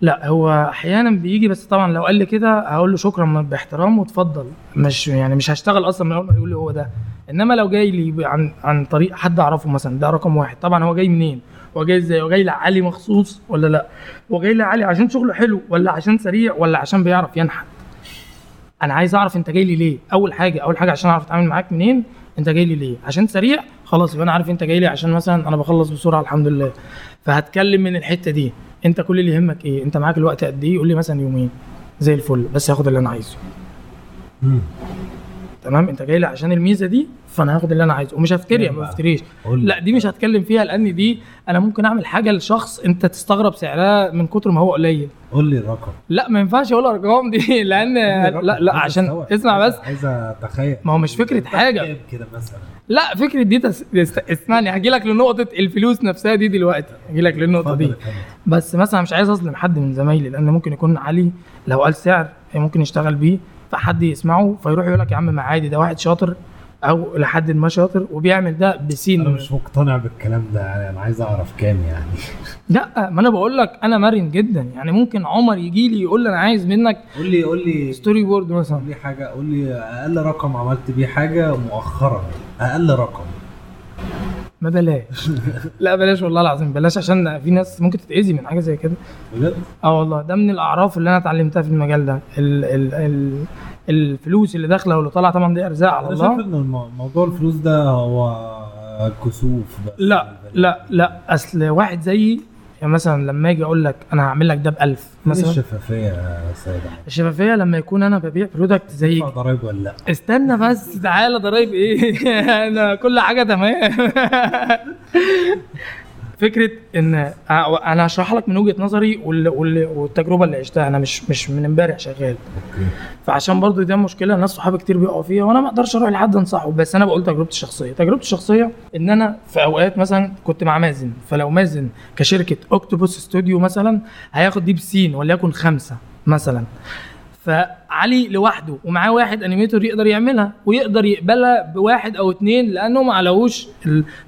لا هو احيانا بيجي بس طبعا لو قال لي كده هقول له شكرا من- باحترام واتفضل مش يعني مش هشتغل اصلا من اول ما يقول لي هو ده انما لو جاي لي ب- عن عن طريق حد اعرفه مثلا ده رقم واحد طبعا هو جاي منين هو جاي ازاي هو جاي لعلي مخصوص ولا لا هو جاي لعلي عشان شغله حلو ولا عشان سريع ولا عشان بيعرف ينحت انا عايز اعرف انت جاي لي ليه اول حاجه اول حاجه عشان اعرف اتعامل معاك منين انت جاي لي ليه عشان سريع خلاص يبقى انا عارف انت جاي لي عشان مثلا انا بخلص بسرعه الحمد لله فهتكلم من الحته دي انت كل اللي يهمك ايه انت معاك الوقت قد ايه يقول لي مثلا يومين زي الفل بس هاخد اللي انا عايزه
مم.
تمام انت جاي لي عشان الميزه دي فانا هاخد اللي انا عايزه ومش هفتري ما
بقى.
بفتريش
قول لي.
لا دي مش هتكلم فيها لان دي انا ممكن اعمل حاجه لشخص انت تستغرب سعرها من كتر ما هو قليل
قول لي الرقم
لا ما ينفعش اقول ارقام دي لان آه، لا لا
عايز
عشان
أستوعب.
اسمع
عايز-
بس
عايز اتخيل
ما هو مش فكرة
أنت
حاجة.
كام كده مثلا
لا فكره دي تس... است- اسمعني هجي لك لنقطه الفلوس نفسها دي دلوقتي هجي لك للنقطه دي
اتفضل يا فندم.
بس مثلا مش عايز اظلم حد من زمايلي لان ممكن يكون علي لو قال سعر ممكن يشتغل بيه فحد يسمعه فيروح يقول لك يا عم ما عادي ده واحد شاطر او لحد ما شاطر وبيعمل ده بسين
انا مش مقتنع بالكلام ده يعني انا عايز اعرف كام يعني
لا ما انا بقول لك انا مرن جدا يعني ممكن عمر يجي لي يقول لي انا عايز منك
قول لي قول لي
ستوري بورد مثلا
قول لي حاجه قول لي اقل رقم عملت بيه حاجه مؤخرا اقل رقم
ما بلاش لا بلاش والله العظيم بلاش عشان في ناس ممكن تتاذي من حاجه زي كده
بجد
اه والله ده من الاعراف اللي انا اتعلمتها في المجال ده ال ال ال الفلوس اللي داخله واللي طالعه طبعا دي ارزاق على
انا
الله
شايف ان المو- موضوع الفلوس ده هو كسوف بس
لا لا لا اصل واحد زيي يعني مثلا لما اجي اقول لك انا هعمل لك ده ب 1000
مثلا
مثلا
الشفافيه يا سيد
إيه؟
علي؟
الشفافيه لما يكون انا ببيع برودكت زيك
تدفع ضرايب ولا لا
استنى بس تعالى ضرايب ايه انا كل حاجه تمام فكره ان انا هشرح لك من وجهه نظري وال- وال- والتجربه اللي عشتها انا مش مش من امبارح شغال
اوكي
فعشان برضو دي مشكله ناس صحابي كتير بيقعوا فيها وانا ما اقدرش اروح لحد انصحه بس انا بقول تجربتي الشخصيه تجربتي الشخصيه ان انا في اوقات مثلا كنت مع مازن فلو مازن كشركه اوكتوبوس ستوديو مثلا هياخد ديب سين وليكن خمسه مثلا فعلي لوحده ومعاه واحد انيميتور يقدر يعملها ويقدر يقبلها بواحد او اتنين لانه ما علوش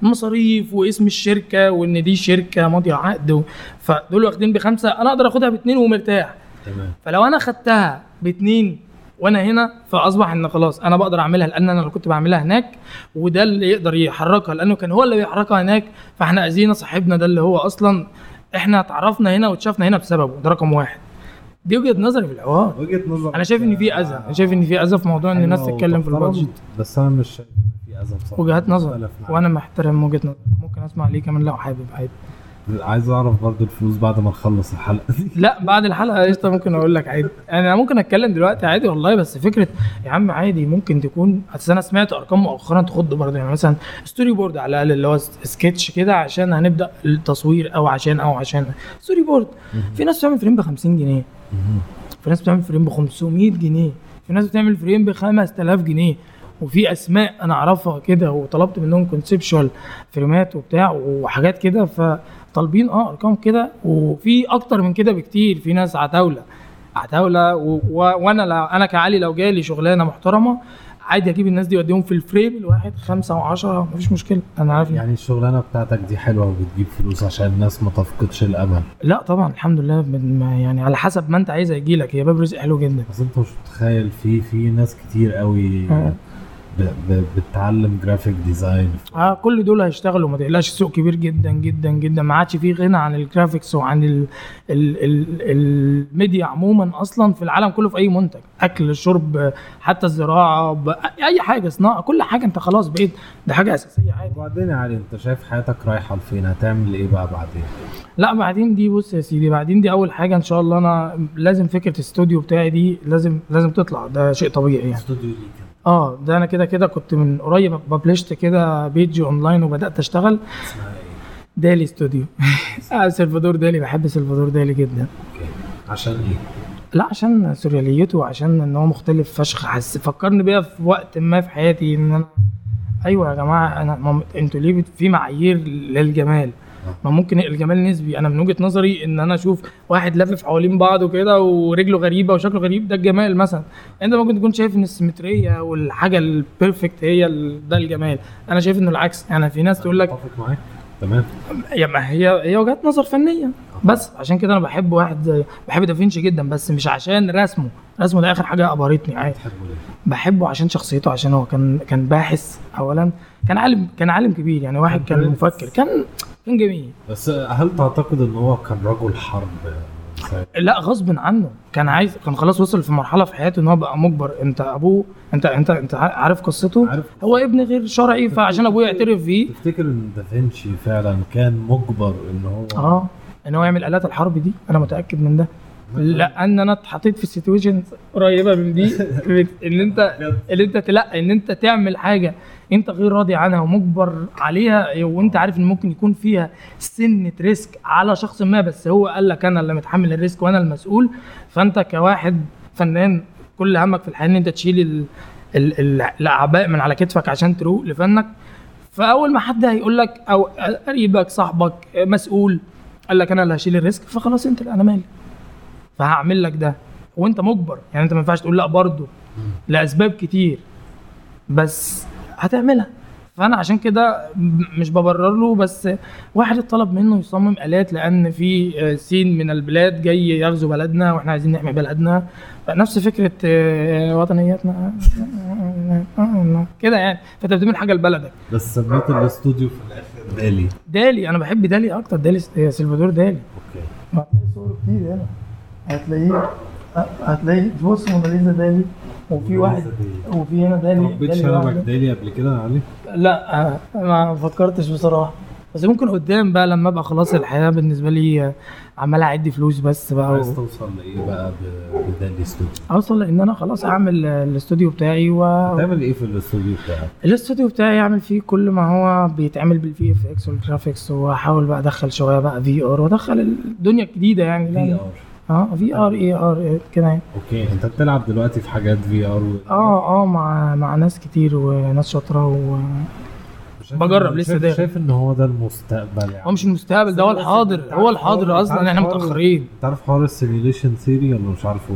المصاريف واسم الشركه وان دي شركه ماضيه عقد و- فدول واخدين بخمسه انا اقدر اخدها باتنين ومرتاح
تمام
فلو انا خدتها باتنين وانا هنا فاصبح ان خلاص انا بقدر اعملها لان انا اللي كنت بعملها هناك وده اللي يقدر يحركها لانه كان هو اللي بيحركها هناك فاحنا اذينا صاحبنا ده اللي هو اصلا احنا اتعرفنا هنا واتشافنا هنا بسببه ده رقم واحد دي وجهه نظري في الحوار
وجهه نظر آه،
انا شايف ان في اذى انا شايف ان في اذى في موضوع ان
حلوة
الناس تتكلم في
وتحترم،
البادجت
بس انا مش شايف ان في اذى بصراحه
وجهات نظر
اختلف معاك.
وانا محترم وجهه نظرك ممكن اسمع ليه كمان لو حابب عادي
عايز اعرف برضو الفلوس بعد ما نخلص الحلقه دي
لا بعد الحلقه قشطه ممكن اقول لك عادي انا ممكن اتكلم دلوقتي عادي والله بس فكره يا عم عادي ممكن تكون اصل انا سمعت ارقام مؤخرا تخض برضه يعني مثلا ستوري بورد على الاقل اللي هو س- سكتش كده عشان هنبدا التصوير او عشان او عشان ستوري بورد في ناس بتعمل فريم ب 50 جنيه في ناس بتعمل فريم ب 500 جنيه في ناس بتعمل فريم ب 5000 جنيه وفي اسماء انا اعرفها كده وطلبت منهم كونسبشوال فريمات وبتاع وحاجات كده فطالبين اه ارقام كده وفي اكتر من كده بكتير في ناس عتاوله عتاوله و- و- وانا لو انا كعلي لو جالي شغلانه محترمه عادي اجيب الناس دي واديهم في الفريم الواحد خمسة وعشرة مفيش مشكله انا عارف يعني
يعني الشغلانه بتاعتك دي حلوه وبتجيب فلوس عشان الناس ما تفقدش الامل
لا طبعا الحمد لله من- ما- يعني على حسب ما انت عايز يجيلك هي باب رزق حلو جدا
بس انت مش متخيل في في ناس كتير قوي
اه.
ب- ب- بتتعلم جرافيك ديزاين
اه كل دول هيشتغلوا ما تقلقش سوق كبير جدا جدا جدا ما عادش فيه غنى عن الجرافيكس وعن ال ال ال الميديا عموما اصلا في العالم كله في اي منتج اكل شرب حتى الزراعه ب- اي حاجه صناعه كل حاجه انت خلاص بقيت ده حاجه اساسيه عادي
وبعدين يا علي انت شايف حياتك رايحه لفين هتعمل ايه بقى بعدين
يعني. لا بعدين دي بص يا سيدي بعدين دي اول حاجه ان شاء الله انا لازم فكره الاستوديو بتاعي دي لازم لازم تطلع ده شيء طبيعي يعني آه،
استوديو ليك
اه ده انا كده كده كنت من قريب ببلشت كده بيج اونلاين وبدات اشتغل
اسمها ايه
دالي استوديو آه، سلفادور دالي بحب سلفادور دالي جدا
اوكي عشان ايه؟
لا عشان سورياليته وعشان ان هو مختلف فشخ حس فكرني بيها في وقت ما في حياتي ان انا ايوه يا جماعه انا ما م- انتوا ليه بت- في معايير للجمال ما ممكن الجمال نسبي انا من وجهه نظري ان انا اشوف واحد لافف حوالين بعضه كده ورجله غريبه وشكله غريب ده الجمال مثلا انت ممكن تكون شايف ان السيمتريه والحاجه البيرفكت هي ال- ده الجمال انا شايف انه العكس يعني في ناس تقول لك
اتفق معاك تمام
يا ما هي هي وجهات نظر فنيه بس عشان كده انا بحب واحد زي بحب دافينشي جدا بس مش عشان رسمه رسمه ده اخر حاجه ابهرتني عادي
بتحبه ليه؟
بحبه عشان شخصيته عشان هو كان كان باحث اولا كان عالم كان عالم كبير يعني واحد كان مفكر كان كان جميل
بس هل تعتقد ان هو كان رجل حرب ساعتها؟
لا غصب عنه كان عايز كان خلاص وصل في مرحله في حياته ان هو بقى مجبر انت ابوه انت انت انت عارف قصته
عارف
هو ابن غير شرعي فعشان ابوه يعترف بيه
تفتكر ان دافنشي فعلا كان مجبر ان هو
اه ان هو يعمل آلات الحرب دي انا متاكد من ده لان انا اتحطيت في سيتويشن قريبه من دي ان انت ان انت لا ان انت تعمل حاجه انت غير راضي عنها ومجبر عليها وانت عارف ان ممكن يكون فيها سنه ريسك على شخص ما بس هو قال لك انا اللي متحمل الريسك وانا المسؤول فانت كواحد فنان كل همك في الحياه ان انت تشيل ال- ال- ال- الاعباء من على كتفك عشان تروق لفنك فاول ما حد هيقول لك او قريبك صاحبك مسؤول قال لك انا اللي هشيل الريسك فخلاص انت انا مالي فهعمل لك ده وانت مجبر يعني انت ما ينفعش تقول لا برضه لاسباب كتير بس هتعملها فانا عشان كده م- مش ببرر له بس واحد اتطلب منه يصمم الات لان في آه، سين من البلاد جاي يغزو بلدنا واحنا عايزين نحمي بلدنا نفس فكره آه، وطنيتنا كده يعني فانت بتعمل حاجه لبلدك
بس سميت الاستوديو في الاخر دالي
دالي انا بحب دالي اكتر دالي س- آه، سلفادور دالي
اوكي
هتلاقي صور كتير هنا هتلاقيه هتلاقي بص موناليزا دالي وفي واحد وفي هنا دالي
ربيت
دالي
شنبك
واحدة.
دالي قبل كده يا علي
لا آه، ما فكرتش بصراحه بس ممكن قدام بقى لما ابقى خلاص الحياه بالنسبه لي آه، عمال اعد فلوس بس بقى و...
عايز توصل لايه بقى ب- بدالي استوديو
اوصل ان انا خلاص اعمل آه، الاستوديو بتاعي و
تعمل ايه في الاستوديو بتاعك
الاستوديو بتاعي يعمل فيه كل ما هو بيتعمل بالفي اف اكس والجرافيكس واحاول بقى ادخل شويه بقى في ار وادخل الدنيا الجديده يعني
في
لا-
ار
اه في ار اي ار كده يعني
اوكي انت بتلعب دلوقتي في حاجات في ار و...
اه اه مع مع ناس كتير وناس شاطره و
شايف
بجرب
إن-
لسه
شايف-
ده.
شايف ان هو ده المستقبل يعني
هو مش المستقبل ده هو الحاضر هو الحاضر اصلا احنا متاخرين
انت عارف حوار السيميوليشن ثيري ولا مش عارفه؟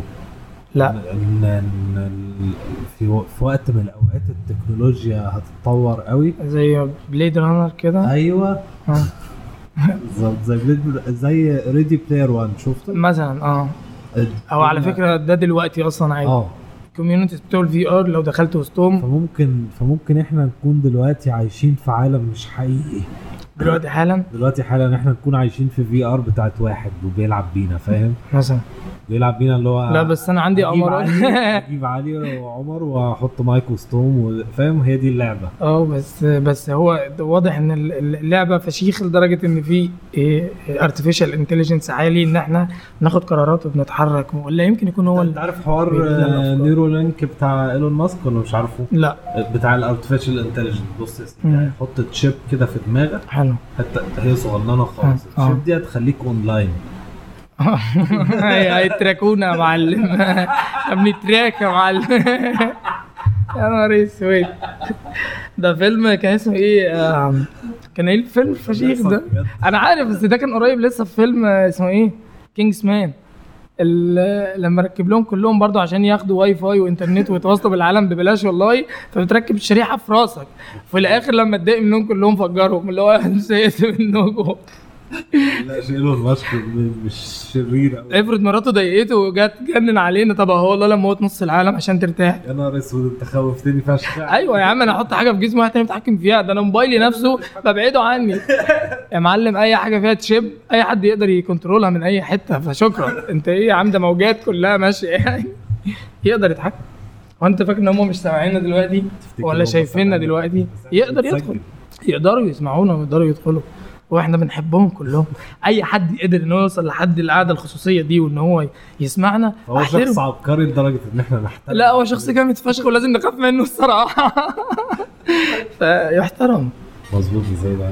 لا
ان إن ال- في و- في وقت من الاوقات التكنولوجيا هتتطور قوي
زي بليد رانر كده
ايوه
آه.
بالظبط زي بليد زي ريدي بلاير 1 شفته؟ آه.
مثلا اه او على فكره ده دلوقتي اصلا عادي
اه
الكوميونتيز بتوع الفي ار لو دخلت وسطهم
فممكن فممكن احنا نكون دلوقتي عايشين في عالم مش حقيقي
دلوقتي حالا
دلوقتي حالا احنا نكون عايشين في في ار بتاعت واحد وبيلعب بينا فاهم؟
مثلا
بيلعب بينا اللي هو
لا بس انا عندي
آه. هجيب
امارات
علي هجيب علي وعمر واحط مايك وسطهم و- فاهم هي دي اللعبه
اه بس بس هو واضح ان ال- ال- اللعبه فشيخ لدرجه ان في ارتفيشال انتليجنس عالي ان احنا ناخد قرارات وبنتحرك ولا يمكن يكون هو
انت
ال-
عارف حوار آه،
بيدينا الأفكار.
نيرو لينك بتاع ايلون ماسك ولا مش عارفه
لا
بتاع الارتفيشال انتليجنت بص يا
مم.
سيدي يعني حط تشيب كده في دماغك
حلو
حتى هي صغننه خالص
آه.
التشيب دي هتخليك اونلاين
هي هي التراكونه أيوة، يا معلم يا ابني تراك يا معلم يا نهار اسود ده فيلم كان اسمه ايه آم، كان ايه الفيلم الفشيخ ده انا عارف بس ده كان قريب لسه في فيلم آه، اسمه ايه كينجز مان ال- لما ركب لهم كلهم برضو عشان ياخدوا واي فاي وانترنت ويتواصلوا بالعالم ببلاش والله فبتركب الشريحه في راسك في الاخر لما اتضايق منهم كلهم فجرهم اللي هو زهقت منكم
لا شيء ايلون ماسك م- مش شرير قوي
افرض مراته ضايقته وجت تجنن علينا طب اهو والله لما موت نص العالم عشان ترتاح
يا نهار اسود انت خوفتني فشخ
ايوه يا عم انا احط حاجه في جسمي واحد تاني بيتحكم فيها ده انا موبايلي نفسه ببعده عني يا معلم اي حاجه فيها تشيب اي حد يقدر يكنترولها من اي حته فشكرا انت ايه يا عم ده موجات كلها ماشيه يعني يقدر يتحكم هو انت فاكر ان هم مش سامعيننا دلوقتي
تفتكر
ولا
هم
شايفيننا
سامعيننا؟
دلوقتي يقدر يدخل
بتسجل.
يقدروا يسمعونا ويقدروا يدخلوا واحنا بنحبهم كلهم اي حد قدر ان هو يوصل لحد القعده الخصوصيه دي وان هو يسمعنا
هو
أحترمه.
شخص عبقري لدرجه ان احنا نحترم
لا هو شخص جامد فشخ ولازم نخاف منه الصراحه فيحترم
مظبوط ازاي بقى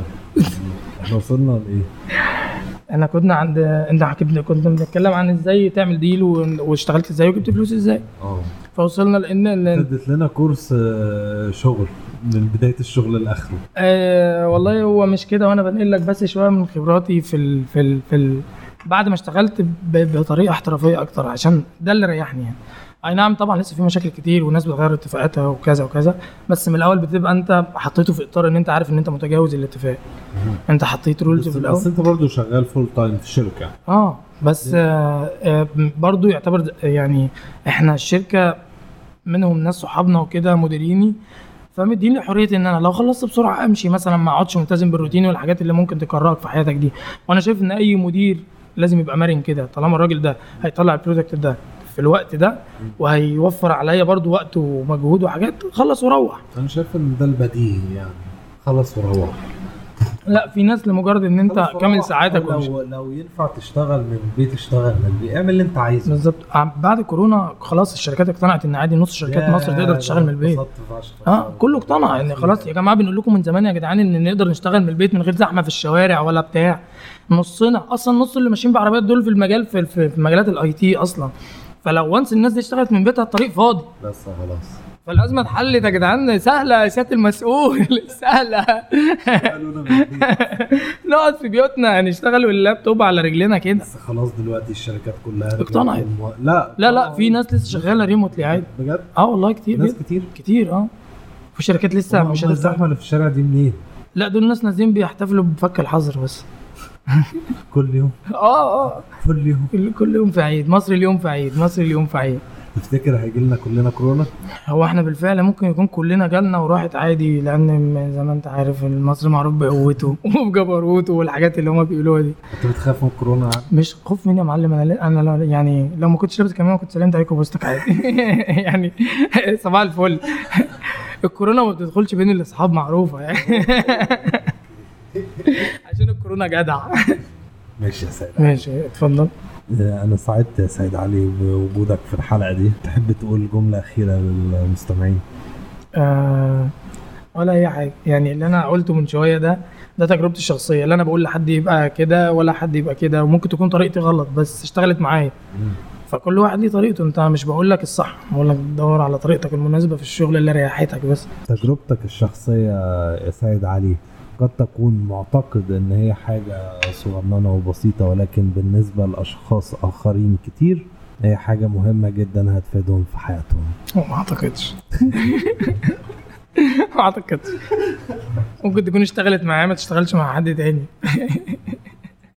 احنا وصلنا لايه؟
احنا كنا عند انت حكيت لي كنا بنتكلم عن ازاي تعمل ديل و- واشتغلت ازاي وجبت فلوس ازاي
اه
فوصلنا لان ال-
ادت لنا كورس آه، شغل من بدايه الشغل لاخره
آه والله هو مش كده وانا بنقل لك بس شويه من خبراتي في ال في ال في ال بعد ما اشتغلت ب- بطريقه احترافيه اكتر عشان ده اللي ريحني يعني اي نعم طبعا لسه في مشاكل كتير والناس بتغير اتفاقاتها وكذا وكذا بس من الاول بتبقى انت حطيته في اطار ان انت عارف ان انت متجاوز الاتفاق انت حطيت رولز
بس,
في الاول
بس انت برضه شغال فول تايم في شركه
اه بس آه آه برضو يعتبر د- يعني احنا الشركه منهم ناس صحابنا وكده مديريني فمديني حريه ان انا لو خلصت بسرعه امشي مثلا ما اقعدش ملتزم بالروتين والحاجات اللي ممكن تكرهك في حياتك دي وانا شايف ان اي مدير لازم يبقى مرن كده طالما الراجل ده هيطلع البرودكت ده في الوقت ده وهيوفر عليا برضو وقت ومجهود وحاجات خلص وروح
انا شايف ان ده البديهي يعني خلص وروح
لا في ناس لمجرد ان انت
خلص
كامل
وروح.
ساعاتك ومش
لو لو ينفع تشتغل من البيت اشتغل من البيت اعمل اللي انت عايزه
بالظبط عم- بعد كورونا خلاص الشركات اقتنعت ان عادي نص شركات مصر
يا
تقدر تشتغل من البيت
اتبسطت فشخ.
اه كله اقتنع ان خلاص يا جماعه بنقول لكم من زمان يا جدعان ان نقدر نشتغل من البيت من غير زحمه في الشوارع ولا بتاع نصنا اصلا نص اللي ماشيين بعربيات دول في المجال في, في, في مجالات الاي تي اصلا فلو وانس الناس دي اشتغلت من بيتها الطريق فاضي
بس خلاص
فالازمه اتحلت يا جدعان سهله يا سياده المسؤول سهله
قالوا لنا من البيت.
نقعد في بيوتنا يعني نشتغل واللابتوب على رجلنا كده
بس خلاص دلوقتي الشركات كلها
اقتنعت.
ريموت. لا
لا لا في ناس لسه شغاله ريموتلي عادي
بجد
اه والله كتير
ناس
جدا
كتير
كتير اه وشركات لسه
هم-
مش
هم
هتفتح
الزحمه اللي في الشارع دي منين؟
لا دول ناس نازلين بيحتفلوا بفك الحظر بس
كل يوم
اه اه
كل يوم
كل كل يوم في عيد مصر اليوم في عيد مصر اليوم في عيد
تفتكر هيجي لنا كلنا كورونا؟
هو احنا بالفعل ممكن يكون كلنا جالنا وراحت عادي لان م- زي ما انت عارف مصر معروف بقوته وبجبروته والحاجات اللي هما بيقولوها دي
انت بتخاف من كورونا
مش خوف مني يا معلم انا لا- انا لو- يعني لو ما كنتش لابس كمامه كنت سلمت عليكم بوستك عادي يعني صباح الفل الكورونا ما بتدخلش بين الاصحاب معروفه يعني عشان الكورونا جدع
ماشي يا سيد
ماشي اتفضل
انا آه، سعدت يا سيد علي بوجودك في الحلقه دي تحب تقول جمله اخيره للمستمعين
آه ولا اي حاجه يعني اللي انا قلته من شويه ده ده تجربتي الشخصيه اللي انا بقول لحد يبقى كده ولا حد يبقى كده وممكن تكون طريقتي غلط بس اشتغلت معايا فكل واحد ليه طريقته انت مش بقول لك الصح بقول لك دور على طريقتك المناسبه في الشغل اللي ريحتك بس
تجربتك الشخصيه يا سيد علي قد تكون معتقد ان هي حاجه صغننه وبسيطه ولكن بالنسبه لاشخاص اخرين كتير هي حاجه مهمه جدا هتفيدهم في حياتهم
ما اعتقدش ما اعتقدش ممكن تكون اشتغلت معايا ما تشتغلش مع حد تاني